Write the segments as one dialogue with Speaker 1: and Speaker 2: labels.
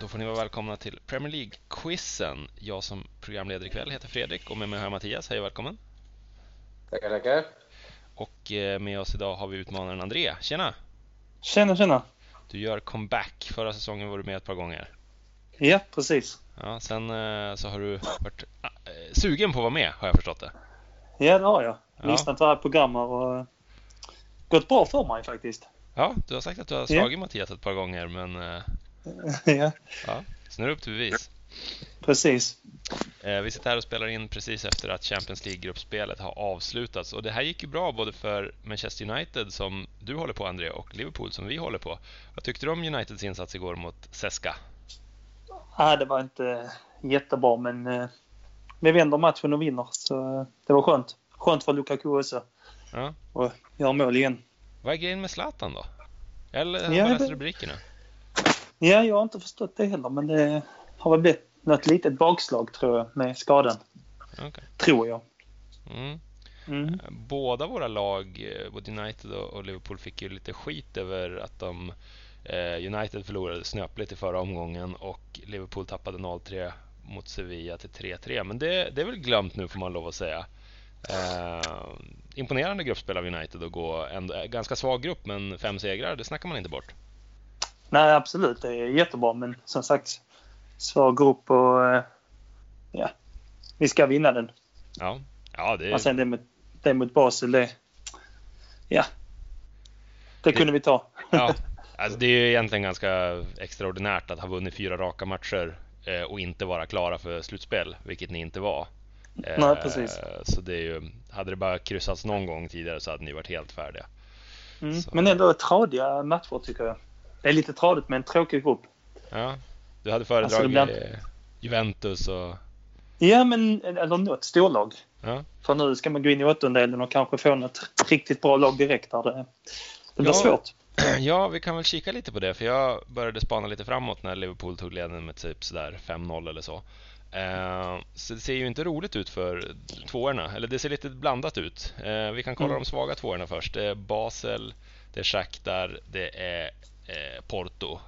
Speaker 1: så får ni vara välkomna till Premier League-quizen. Jag som programleder ikväll heter Fredrik och med mig har jag Mattias. Hej och välkommen!
Speaker 2: Tackar, tackar.
Speaker 1: Och eh, med oss idag har vi utmanaren André. Tjena!
Speaker 3: Tjena, tjena!
Speaker 1: Du gör comeback. Förra säsongen var du med ett par gånger.
Speaker 3: Ja, precis.
Speaker 1: Ja, sen eh, så har du varit ah, eh, sugen på att vara med, har jag förstått det.
Speaker 3: Ja, det har jag.
Speaker 1: Ja.
Speaker 3: Lyssnat på alla program och eh, gått bra för mig faktiskt.
Speaker 1: Ja, du har sagt att du har slagit Mattias ett par gånger, men eh,
Speaker 3: ja,
Speaker 1: ja, så nu är det upp till bevis.
Speaker 3: precis.
Speaker 1: Eh, Vi sitter här och spelar in precis efter att Champions League-gruppspelet har avslutats och det här gick ju bra både för Manchester United som du håller på André och Liverpool som vi håller på. Vad tyckte du om Uniteds insats igår mot Seska?
Speaker 3: Nej, det var inte eh, jättebra, men eh, vi vänder matchen och vinner, så eh, det var skönt. Skönt för Lukaku också.
Speaker 1: Ja.
Speaker 3: Och gör mål igen.
Speaker 1: Vad är grejen med Zlatan då? Eller har
Speaker 3: Ja,
Speaker 1: jag läst
Speaker 3: det-
Speaker 1: rubrikerna?
Speaker 3: Ja, jag har inte förstått det heller, men det har väl blivit något litet bakslag tror jag med skadan.
Speaker 1: Okej.
Speaker 3: Tror jag.
Speaker 1: Mm.
Speaker 3: Mm.
Speaker 1: Båda våra lag, eh, både United och och Liverpool, fick ju lite skit över att de eh, United förlorade snöpligt i förra omgången och Liverpool tappade 0-3 mot Sevilla till 3-3. Men det, det är väl glömt nu får man lov att säga. Eh, imponerande gruppspel av United att gå en eh, ganska svag grupp men fem segrar, det snackar man inte bort.
Speaker 3: Nej, absolut. Det är jättebra, men som sagt, svag grupp och eh, ja, vi ska vinna den.
Speaker 1: Ja, ja det
Speaker 3: Men sen det mot, det mot Basel, det... Ja. Det kunde vi ta.
Speaker 1: Ja, alltså det är ju egentligen ganska extraordinärt att ha vunnit fyra raka matcher eh, och inte vara klara för slutspel, vilket ni inte var. Eh,
Speaker 3: Nej, precis.
Speaker 1: Så det är ju, hade det bara kryssats någon gång tidigare så hade ni varit helt färdiga.
Speaker 3: Mm.
Speaker 1: Så.
Speaker 3: Men ändå tradiga matcher, tycker jag. Det är lite tradigt med en tråkig grupp.
Speaker 1: Ja, du hade föredragit
Speaker 3: Alltså, ibland-
Speaker 1: eh, Juventus och...
Speaker 3: Ja, men eller något storlag.
Speaker 1: Ja.
Speaker 3: För nu ska man gå in i åttondelen och kanske få något riktigt bra lag direkt där det, det blir
Speaker 1: Ja.
Speaker 3: svårt.
Speaker 1: Ja, vi kan väl kika lite på det, för jag började spana lite framåt när Liverpool tog ledningen med typ sådär 5-0 eller så. Eh, så det ser ju inte roligt ut för tvåorna, eller det ser lite blandat ut. Eh, vi kan kolla
Speaker 3: Mm.
Speaker 1: de svaga tvåorna först. Det är Basel, det är Shakhtar, det är eh, Porto.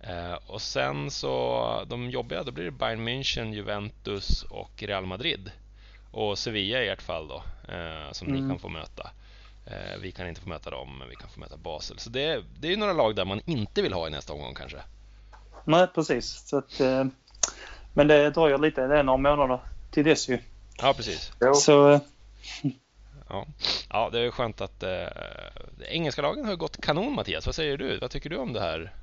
Speaker 1: Eh, och sen så, de jobbiga, då blir det Bayern München, Juventus och Real Madrid. Och Sevilla i ert fall då, eh, som ni
Speaker 3: Mm.
Speaker 1: kan få möta. Eh, vi kan inte få möta dem, men vi kan få möta Basel. Så det, det är ju några lag där man inte vill ha i nästa omgång kanske.
Speaker 3: Nej, precis. Så att, eh, men det dröjer lite. Det är några månader till dess ju.
Speaker 1: Ja, precis.
Speaker 2: Jo.
Speaker 3: Så eh,
Speaker 1: Ja, det är ju skönt att eh, engelska lagen har ju gått kanon Mattias. Vad säger du? Vad tycker du om det här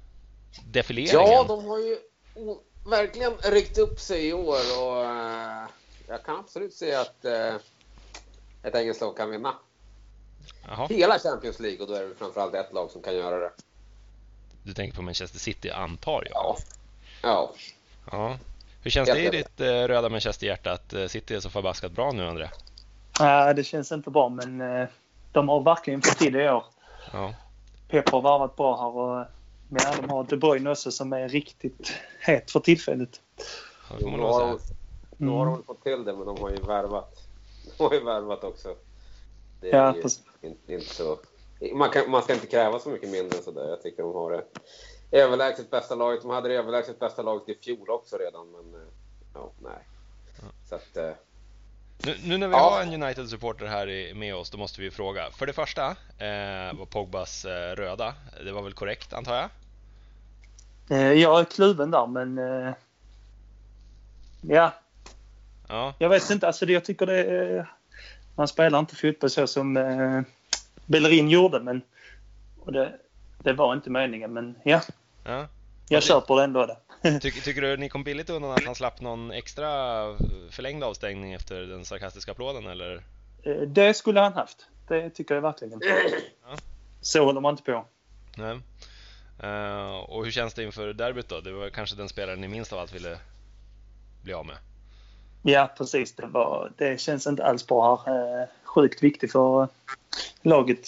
Speaker 1: defileringen?
Speaker 2: Ja, de har ju o- verkligen ryckt upp sig i år och eh, jag kan absolut se att eh, ett engelskt lag kan vinna
Speaker 1: Jaha,
Speaker 2: hela Champions League och då är det framförallt ett lag som kan göra det.
Speaker 1: du tänker på Manchester City antar jag?
Speaker 2: Ja. Ja.
Speaker 1: Ja. Hur känns
Speaker 2: Helt
Speaker 1: det i
Speaker 2: rätt.
Speaker 1: ditt eh, röda Manchester-hjärta att eh, City är så förbaskat bra nu André?
Speaker 3: nej, det känns inte bra, men eh, de har verkligen fått till det i år.
Speaker 1: Ja,
Speaker 3: Pep har varvat bra här och men ja, de har De Bruyne också som är rriktigt het för tillfället.
Speaker 1: det får
Speaker 2: Jo,
Speaker 1: man
Speaker 2: Nu
Speaker 1: lov att
Speaker 2: har
Speaker 1: säga.
Speaker 2: de- nu har de fått till det, men de har ju värvat. De har ju värvat också. Det är
Speaker 3: Ja,
Speaker 2: ju
Speaker 3: precis.
Speaker 2: inte, inte så... Man, kan, man ska inte kräva så mycket mindre än sådär. Jag tycker de har det överlägset bästa laget. De hade det överlägset bästa laget i fjol också redan, men eh, ja, nej. Så att, eh,
Speaker 1: Nu, nu när vi
Speaker 2: Ja.
Speaker 1: har en United-supporter här i, med oss, då måste vi ju fråga. För det första, eh, var Pogbas eh, röda, det var väl korrekt antar jag?
Speaker 3: Eh, jag är kluven där, men... Eh, ja,
Speaker 1: Ja,
Speaker 3: jag vet inte. Alltså, det- jag tycker det eh, Man spelar inte fotboll så som eh, Bellerin gjorde, men... Och det, det var inte meningen, men ja.
Speaker 1: ja.
Speaker 3: Jag köper det ändå. Det.
Speaker 1: Tycker- tycker du ni kom billigt undan att han slapp någon extra förlängd avstängning efter den sarkastiska applåden eller?
Speaker 3: Eh, det skulle han haft. Det tycker jag verkligen. Så håller man inte på.
Speaker 1: Nej. Eh, och hur känns det inför derbyt då? Det var kanske den spelaren ni minst av allt ville bli av med?
Speaker 3: Ja, precis. Det, var, det känns inte alls bra här. Eh, Sjukt viktigt för eh, laget.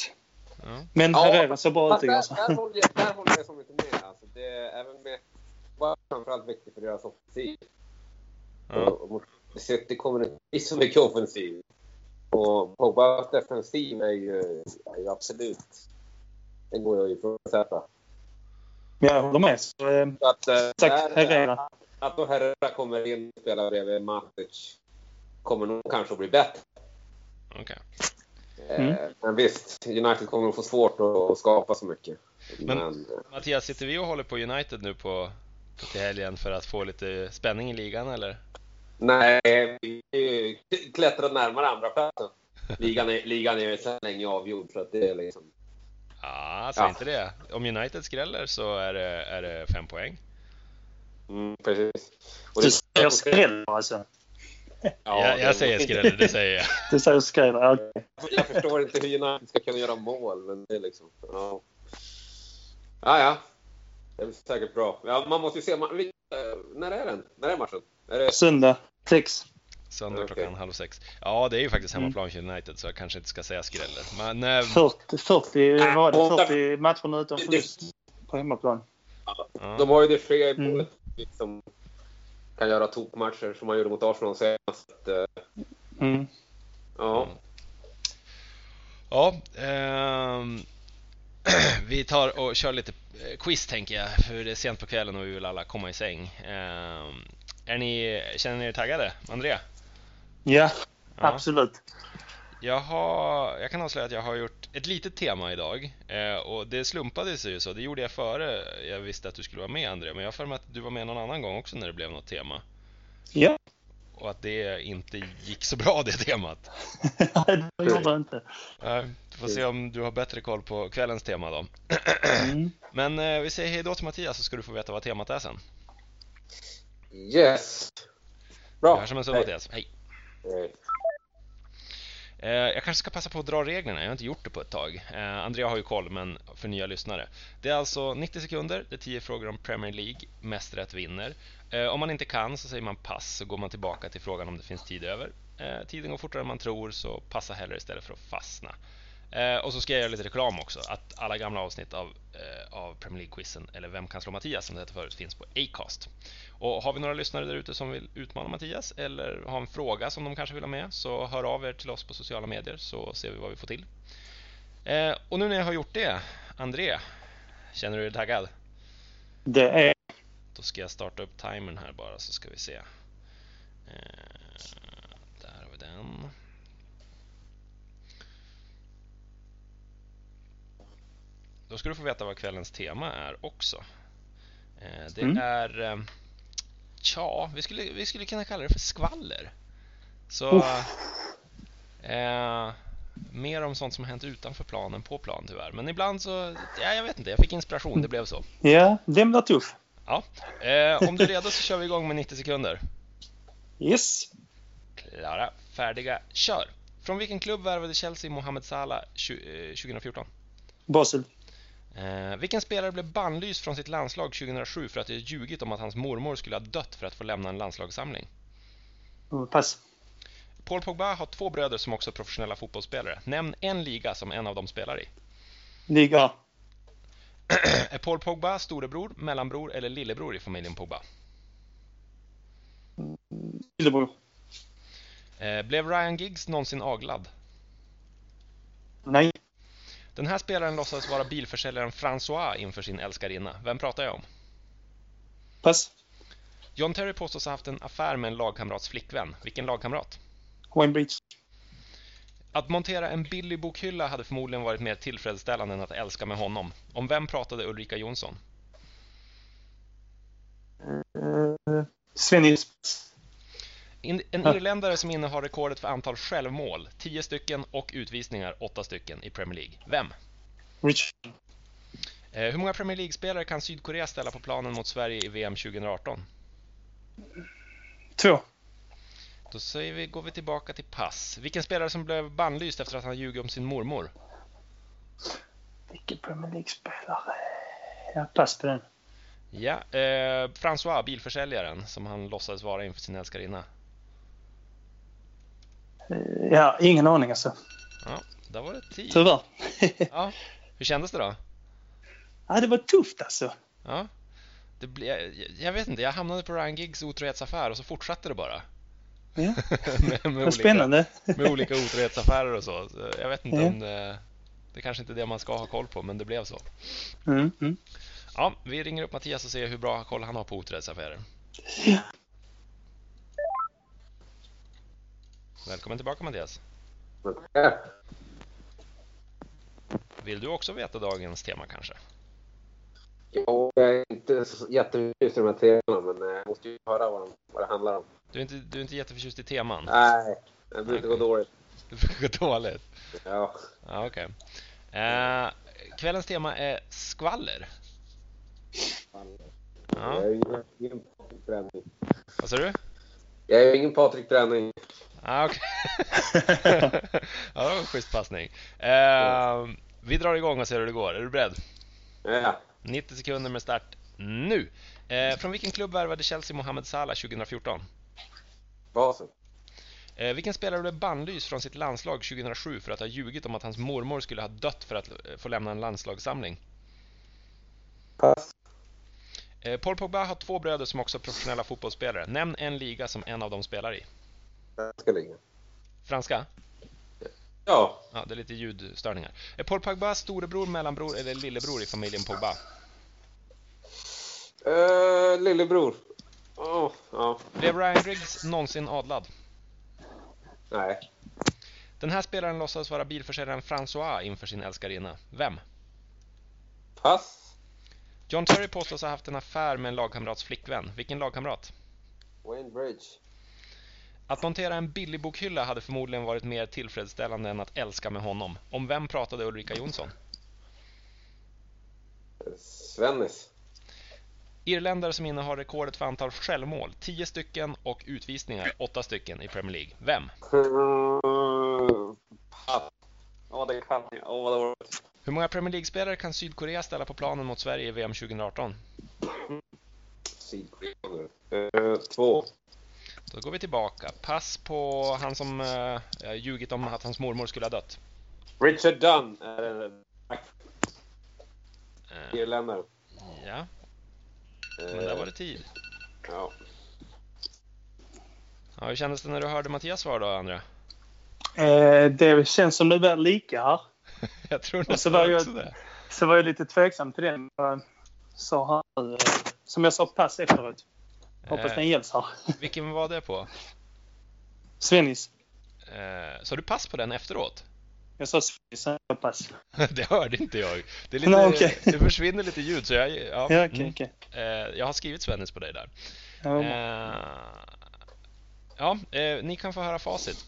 Speaker 1: Ja.
Speaker 3: Men
Speaker 2: Ja,
Speaker 3: Herrera så bra
Speaker 2: fast
Speaker 3: ut alltså.
Speaker 2: där, där,
Speaker 3: igår. så.
Speaker 2: håller jag, där håller jag som inte med. Alltså, det är även med... Var framförallt viktigt för deras offensiv.
Speaker 1: Ja.
Speaker 2: Och mot City kommer det inte bli så mycket offensiv. Och Pogbas defensiv är ju, är ju absolut... Den går jag ju ifrågasätta.
Speaker 3: Men jag håller med. Så, eh,
Speaker 2: Så att, eh,
Speaker 3: sagt,
Speaker 2: där-
Speaker 3: Herrera.
Speaker 2: Att då Herrera kommer in och spelar bredvid Matic kommer nog kanske att bli bättre.
Speaker 1: Okej.
Speaker 2: Eh,
Speaker 3: Mm.
Speaker 2: Men visst, United kommer att få svårt att att skapa så mycket.
Speaker 1: Men-
Speaker 2: Men, eh,
Speaker 1: Mattias, sitter vi och håller på United nu på, på till helgen för att få lite spänning i ligan eller?
Speaker 2: nej, vi är ju klättrat närmare andra platsen. Ligan är, ligan är ju sedan länge avgjord. Så att det är liksom,
Speaker 1: Ah, säg
Speaker 2: Ja.
Speaker 1: inte det. Om United skräller så är det, är det fem poäng.
Speaker 2: mm, precis. Och
Speaker 3: Du
Speaker 2: det-
Speaker 3: säger skräll alltså.
Speaker 2: Ja,
Speaker 1: jag,
Speaker 2: det-
Speaker 1: jag säger skräller, det säger jag.
Speaker 3: Du säger skräll. Ja, okej.
Speaker 2: Jag förstår inte hur United ska kunna göra mål, men det är liksom... Ja, ja. ja. Det blir säkert bra. Ja, man måste ju se... Man, vi, eh, när är den? När är matchen? Är det,
Speaker 3: Söndag, sex.
Speaker 1: Söndag
Speaker 2: Okej. Mm.
Speaker 1: klockan halv sex. Ja, det är ju faktiskt hemmaplan för United så jag kanske inte ska säga skräller. Men eh,
Speaker 3: 40, 40, vad var det?
Speaker 2: Måndag.
Speaker 3: 40 matcher utan förlust på hemmaplan.
Speaker 1: ja.
Speaker 2: de har ju det fria i
Speaker 3: Mm.
Speaker 2: målet som kan göra tokmatcher som man gjorde mot Arsenal senast. Eh,
Speaker 3: Mm.
Speaker 2: Ja.
Speaker 1: Mm. ja ehm, vi tar och kör lite eh, quiz tänker jag, för det är sent på kvällen och vi vill alla komma i säng. Ehm, är ni, känner ni er taggade? Andrea?
Speaker 3: Ja,
Speaker 1: Ja.
Speaker 3: absolut.
Speaker 1: Jag, har, jag kan avslöja att jag har gjort ett litet tema idag eh, och det slumpade sig ju så. Det gjorde jag före jag visste att du skulle vara med Andrea, men jag har för mig att du var med någon annan gång också när det blev något tema
Speaker 3: Ja,
Speaker 1: och att det inte gick så bra det temat.
Speaker 3: det gjorde jag inte.
Speaker 1: Eh, Vi får se om du har bättre koll på kvällens tema då.
Speaker 3: Mm.
Speaker 1: Men eh, vi säger hej då till Mattias så ska du få veta vad temat är sen.
Speaker 2: Yes! Bra.
Speaker 1: Jag hörs om en stund
Speaker 2: Hej.
Speaker 1: Mattias. Hej.
Speaker 2: Hej.
Speaker 1: Eh, Jag kanske ska passa på att dra reglerna, jag har inte gjort det på ett tag. Eh, Andrea har ju koll, men för nya lyssnare. Det är alltså 90 sekunder, det är 10 frågor om Premier League, mest rätt vinner. Eh, Om man inte kan så säger man pass, så går man tillbaka till frågan om det finns tid över. Eh, Tiden går fortare än man tror, så passa hellre istället för att fastna. Eh, Och så ska jag göra lite reklam också, att alla gamla avsnitt av, eh, av Premier League-quizen, eller Vem kan slå Mattias som det hette förut, finns på Acast. Och har vi några lyssnare där ute som vill utmana Mattias eller har en fråga som de kanske vill ha med så hör av er till oss på sociala medier så ser vi vad vi får till. Eh, och nu när jag har gjort det, André, känner du dig taggad?
Speaker 3: Det är...
Speaker 1: Då ska jag starta upp timern här bara så ska vi se. Eh, där har vi den. Då ska du få veta vad kvällens tema är också. Eh, det
Speaker 3: Mm.
Speaker 1: är... Eh, tja, vi skulle, vi skulle kunna kalla det för skvaller. Så... Eh, mer om sånt som har hänt utanför planen på plan tyvärr. Men ibland så... Ja, jag vet inte, jag fick inspiration, det blev så.
Speaker 3: Ja, den blir tuff.
Speaker 1: Ja, eh, om du är redo så kör vi igång med 90 sekunder.
Speaker 3: Yes.
Speaker 1: Klara, färdiga, kör! Från vilken klubb värvade Chelsea Mohamed Salah tju- eh, 2014?
Speaker 3: Basel.
Speaker 1: Eh, vilken spelare blev bannlyst från sitt landslag 2007 för att det ljugit om att hans mormor skulle ha dött för att få lämna en landslagssamling?
Speaker 3: Pass.
Speaker 1: Paul Pogba har två bröder som också är professionella fotbollsspelare. Nämn en liga som en av dem spelar i.
Speaker 3: Liga A.
Speaker 1: är Paul Pogba storebror, mellanbror eller lillebror i familjen Pogba?
Speaker 3: Lillebror.
Speaker 1: Eh, blev Ryan Giggs någonsin aglad?
Speaker 3: Nej.
Speaker 1: Den här spelaren låtsades vara bilförsäljaren François inför sin älskarinna. Vem pratar jag om?
Speaker 3: Pass.
Speaker 1: John Terry påstås ha haft en affär med en lagkamrats flickvän. Vilken lagkamrat?
Speaker 3: Wayne Bridge.
Speaker 1: Att montera en billig bokhylla hade förmodligen varit mer tillfredsställande än att älska med honom. Om vem pratade Ulrika Jonsson?
Speaker 3: Uh, Svennis.
Speaker 1: In, en
Speaker 3: Ah.
Speaker 1: irländare som innehar rekordet för antal självmål, 10 stycken och utvisningar, 8 stycken i Premier League. Vem?
Speaker 3: Rich.
Speaker 1: Eh, hur många Premier League-spelare kan Sydkorea ställa på planen mot Sverige i VM 2018?
Speaker 3: Två.
Speaker 1: Då säger vi, går vi tillbaka till pass. Vilken spelare som blev bannlyst efter att han ljugit om sin mormor?
Speaker 3: Vilken Premier League-spelare? Ja, pass på den.
Speaker 1: Ja, eh, François, bilförsäljaren, som han låtsades vara inför sin älskarinna.
Speaker 3: Eh, Ja, ingen aning alltså.
Speaker 1: Ja, där var det tid.
Speaker 3: Tyvärr.
Speaker 1: Ja, hur kändes det då?
Speaker 3: ja, det var tufft alltså.
Speaker 1: Ja. Det ble, jag, jag vet inte, jag hamnade på Ryan Giggs otrohetsaffär och så fortsatte det bara.
Speaker 3: Ja.
Speaker 1: med, med,
Speaker 3: Vad
Speaker 1: olika,
Speaker 3: spännande.
Speaker 1: med olika otrohetsaffärer och så. så jag vet inte
Speaker 3: Ja.
Speaker 1: om det... Det kanske inte är det man ska ha koll på, men det blev så.
Speaker 3: Mm, mm.
Speaker 1: Ja, vi ringer upp Mattias och ser hur bra koll han har på otrohetsaffärer.
Speaker 3: Ja.
Speaker 1: Välkommen tillbaka Mattias.
Speaker 2: Men, ja.
Speaker 1: Vill du också veta dagens tema kanske?
Speaker 2: Ja, jag är inte så jätteförtjust i de här teorierna, men eh, jag måste ju höra vad, de, vad det handlar om.
Speaker 1: Du är inte, du är inte jätteförtjust i teman?
Speaker 2: Nej, det brukar gå dåligt.
Speaker 1: Det brukar gå dåligt.
Speaker 2: Ja.
Speaker 1: Ja, okej. Eh, kvällens tema är skvaller.
Speaker 2: Jag
Speaker 1: Ja,
Speaker 2: är ju ingen Patrik Bränning.
Speaker 1: vad sa du?
Speaker 2: Jag är ju ingen Patrik Bränning.
Speaker 1: Ah, okej. ja, det var en schysst passning. Eh, vi drar igång och ser hur det går. Är du beredd?
Speaker 2: Ja.
Speaker 1: 90 sekunder med start nu. Eh, från vilken klubb värvade Chelsea Mohamed Salah 2014?
Speaker 2: Basen.
Speaker 1: Eh, vilken spelare blev bannlyst från sitt landslag 2007 för att ha ljugit om att hans mormor skulle ha dött för att eh, få lämna en landslagssamling?
Speaker 2: Pass.
Speaker 1: Eh, Paul Pogba har två bröder som också är professionella fotbollsspelare. Nämn en liga som en av dem spelar i.
Speaker 2: Svenska ligan.
Speaker 1: Franska?
Speaker 2: Ja.
Speaker 1: Ja, det är lite ljudstörningar. Är Paul Pogba storebror, mellanbror eller lillebror i familjen Pogba?
Speaker 2: Uh, lillebror. Åh, ja.
Speaker 1: Blev Ryan Giggs någonsin adlad?
Speaker 2: Nej.
Speaker 1: Den här spelaren låtsades vara bilförsäljaren François inför sin älskarinna. Vem?
Speaker 2: Pass.
Speaker 1: John Terry påstås ha haft en affär med en lagkamrats flickvän. Vilken lagkamrat?
Speaker 2: Wayne Bridge.
Speaker 1: Att montera en billig bokhylla hade förmodligen varit mer tillfredsställande än att älska med honom. Om vem pratade Ulrika Jonsson?
Speaker 2: Svennis.
Speaker 1: Irländare som innehar rekordet för antal självmål, 10 stycken och utvisningar, 8 stycken i Premier League. Vem?
Speaker 2: Mm, Pass. Ja, det kan jag. Åh, vad dåligt.
Speaker 1: Hur många Premier League-spelare kan Sydkorea ställa på planen mot Sverige i VM 2018?
Speaker 2: Sydkorea nu. Eh, Två.
Speaker 1: Då går vi tillbaka. Pass på han som eh, ljugit om att hans mormor skulle ha dött.
Speaker 2: Richard Dunn är en
Speaker 1: Eh,
Speaker 2: irländare.
Speaker 1: ja,
Speaker 2: Eh,
Speaker 1: men där var det tid.
Speaker 2: Ja.
Speaker 1: Ja, hur kändes det när du hörde Mattias svar då, André?
Speaker 3: Eh, det känns som det är lika här.
Speaker 1: Jag tror
Speaker 3: Och så
Speaker 1: nästan
Speaker 3: var jag-
Speaker 1: också det.
Speaker 3: Så var jag lite tveksam till det. men Så här, nu, eh, som jag sa pass efteråt. Hoppas den
Speaker 1: Eh,
Speaker 3: gälls här.
Speaker 1: vilken var det på?
Speaker 3: Svennis.
Speaker 1: Eh, så du pass på den efteråt?
Speaker 3: Jag sa Svennis, sen sa jag pass.
Speaker 1: det hörde inte jag. Det, är lite,
Speaker 3: Nej, okej.
Speaker 1: det försvinner lite ljud, så jag... Ja,
Speaker 3: Ja, okej,
Speaker 1: mm.
Speaker 3: okej.
Speaker 1: Eh, jag har skrivit Svennis på dig där.
Speaker 3: Ja, bra.
Speaker 1: Eh, ja, eh, ni kan få höra facit.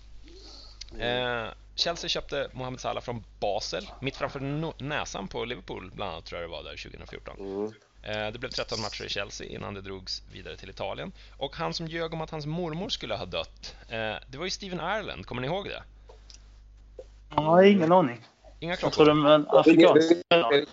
Speaker 1: Eh, Chelsea köpte Mohamed Salah från Basel, mitt framför no- näsan på Liverpool bland annat tror jag det var där 2014.
Speaker 2: Mm.
Speaker 1: Eh, det blev 13 matcher i Chelsea innan det drogs vidare till Italien. Och han som ljög om att hans mormor skulle ha dött, eh, det var ju Steven Ireland, kommer ni ihåg det?
Speaker 3: Jag har ingen aning.
Speaker 1: Inga
Speaker 3: Jag tror
Speaker 1: klockor.
Speaker 3: det var en afrikansk spelare.
Speaker 2: Det,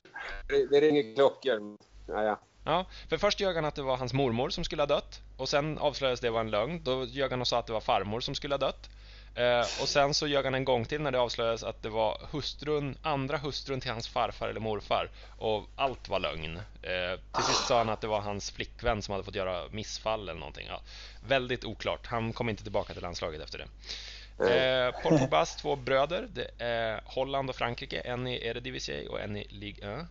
Speaker 2: det, det ringer klockor. Ja, ja.
Speaker 1: Ja, för först ljög han att det var hans mormor som skulle ha dött och sen avslöjades det vara en lögn. Då ljög han och sa att det var farmor som skulle ha dött. Eh, och sen så ljög han en gång till när det avslöjades att det var hustrun, andra hustrun till hans farfar eller morfar och allt var lögn. Eh, till sist sa han att det var hans flickvän som hade fått göra missfall eller någonting. Ja, väldigt oklart. Han kom inte tillbaka till landslaget efter det. Eh, Paul Pogbas två bröder, det är Holland och Frankrike, en i Eredivisie och en i Ligue 1.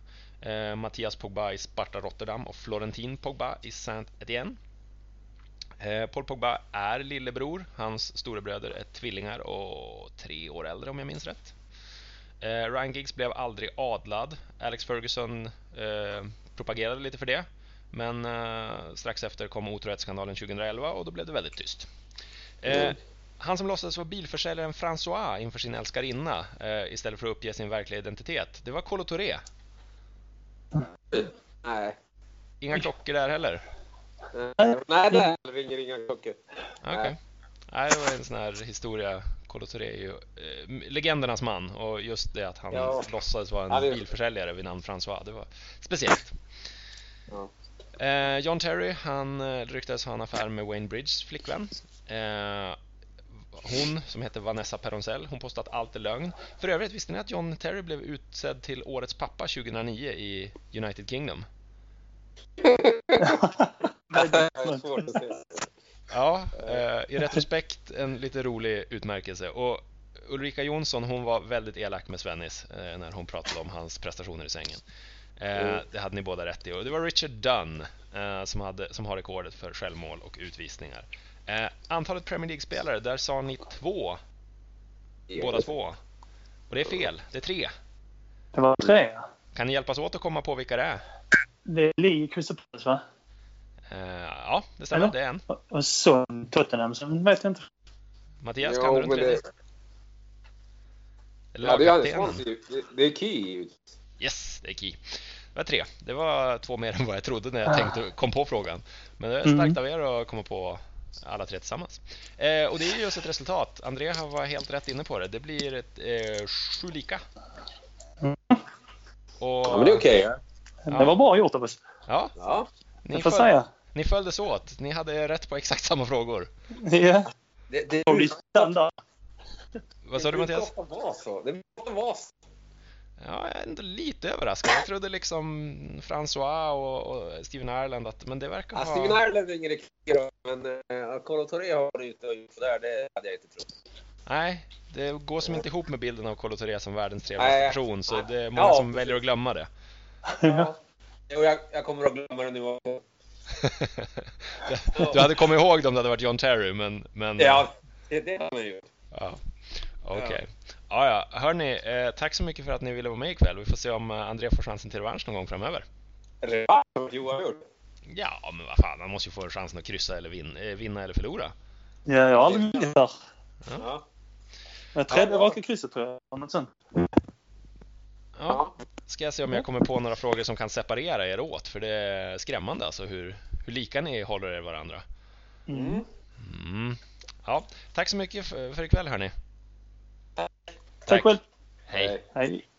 Speaker 1: Eh, Mattias Pogba i Sparta Rotterdam och Florentin Pogba i Saint-Étienne. Eh, Paul Pogba är lillebror, hans storebröder är tvillingar och tre år äldre om jag minns rätt. Eh, Ryan Giggs blev aldrig adlad. Alex Ferguson eh, propagerade lite för det. Men eh, strax efter kom otrohetsskandalen 2011 och då blev det väldigt tyst. Eh,
Speaker 2: Mm.
Speaker 1: Han som låtsades vara bilförsäljaren François inför sin älskarinna eh, istället för att uppge sin verkliga identitet, det var Kolo Touré.
Speaker 2: Nej.
Speaker 1: Inga klockor där heller.
Speaker 2: Nej, Eh, nej, nej, det ringer inga klockor.
Speaker 1: Okej. Nej, det var en sån här historia. Kolo Touré är ju eh, legendernas man och just det att han
Speaker 2: Ja.
Speaker 1: låtsades vara en
Speaker 2: Ja, det är-
Speaker 1: bilförsäljare vid namn François, det var speciellt.
Speaker 2: Ja.
Speaker 1: Eh, John Terry, han eh, ryktades ha en affär med Wayne Bridges flickvän. Eh, hon, som heter Vanessa Peroncell, hon påstår att allt är lögn. För övrigt, visste ni att John Terry blev utsedd till Årets pappa 2009 i United Kingdom?
Speaker 2: Det är svårt att se.
Speaker 1: Ja, eh, i retrospekt en lite rolig utmärkelse. Och Ulrika Jonsson hon var väldigt elak med Svennis eh, när hon pratade om hans prestationer i sängen. Eh,
Speaker 2: Oh.
Speaker 1: det hade ni båda rätt i. Och det var Richard Dunn eh, som, hade, som har rekordet för självmål och utvisningar. Eh, antalet Premier League-spelare, där sa ni två, båda två. Och det är fel, det är tre.
Speaker 3: Det var tre.
Speaker 1: Kan ni hjälpas åt att komma på vilka det är?
Speaker 3: Det är Lee i Crystal Palace, va?
Speaker 1: Eh, ja, det stämmer,
Speaker 3: Eller?
Speaker 1: det är en.
Speaker 3: Och- Och Son Tottenham, sen vet jag inte.
Speaker 1: Mattias,
Speaker 2: Jo,
Speaker 1: kan du inte
Speaker 2: men
Speaker 1: det?
Speaker 2: det- Ja, det är ju Swansea. Det- Det är Key.
Speaker 1: Yes, det är Key. Det var tre. Det var två mer än vad jag trodde när
Speaker 3: Ah.
Speaker 1: jag tänkte, kom på frågan. Men det är
Speaker 3: Mm.
Speaker 1: starkt av er att komma på alla tre tillsammans. Eh, och det är just ett resultat. André har- var helt rätt inne på det. Det blir ett eh, sju lika.
Speaker 3: Mm.
Speaker 1: Och,
Speaker 2: Ja, men det är okej. ja.
Speaker 1: Ja.
Speaker 3: Det var bra gjort av oss.
Speaker 1: ja,
Speaker 2: Ja.
Speaker 1: ni,
Speaker 3: Jag får
Speaker 1: föl-
Speaker 3: säga.
Speaker 1: ni följdes åt. Ni hade rätt på exakt samma frågor.
Speaker 3: Ja,
Speaker 2: Det, det,
Speaker 3: det blir standard.
Speaker 1: Vad sa du
Speaker 2: brukar
Speaker 1: Mattias?
Speaker 2: ofta vara så. Det brukar vara så.
Speaker 1: Ja, jag är ändå lite överraskad. Jag trodde liksom Francois och, och Steven Ireland att, men det verkar
Speaker 2: Ja,
Speaker 1: vara...
Speaker 2: Steven Ireland ringer i kö, men eh, att Colo Torre har varit ute och gjort sådär, det hade jag inte trott.
Speaker 1: Nej, det går som inte ihop med bilden av Kolo Touré som världens
Speaker 2: Nej.
Speaker 1: trevligaste person, så det är många
Speaker 2: Ja,
Speaker 1: som
Speaker 2: precis.
Speaker 1: väljer att glömma det.
Speaker 3: Ja.
Speaker 2: Jo, jag, jag kommer att glömma det nu också.
Speaker 1: du hade kommit ihåg det om det hade varit John Terry, men... men
Speaker 2: Ja, det, det har man gjort.
Speaker 1: ja. Okej. Ja, ja. Hörni, eh, tack så mycket för att ni ville vara med ikväll. Vi får se om eh, André får chansen till revansch någon gång framöver.
Speaker 2: Eller ja, Johan har gjort.
Speaker 1: Ja, men vad fan, man måste ju få chansen att kryssa eller vin- eh, vinna eller förlora.
Speaker 3: Ja, jag har aldrig vunnit där.
Speaker 2: Ja.
Speaker 3: Men tredje raka krysset tror jag. eller något sånt.
Speaker 1: Ja, ska jag se
Speaker 3: Mm.
Speaker 1: om jag kommer på några frågor som kan separera er åt, för det är skrämmande alltså hur, hur lika ni håller er varandra.
Speaker 3: Mm.
Speaker 1: Mm. Ja, tack så mycket för, för ikväll hörni.
Speaker 3: Tack själv.
Speaker 1: Hej.
Speaker 3: Hej.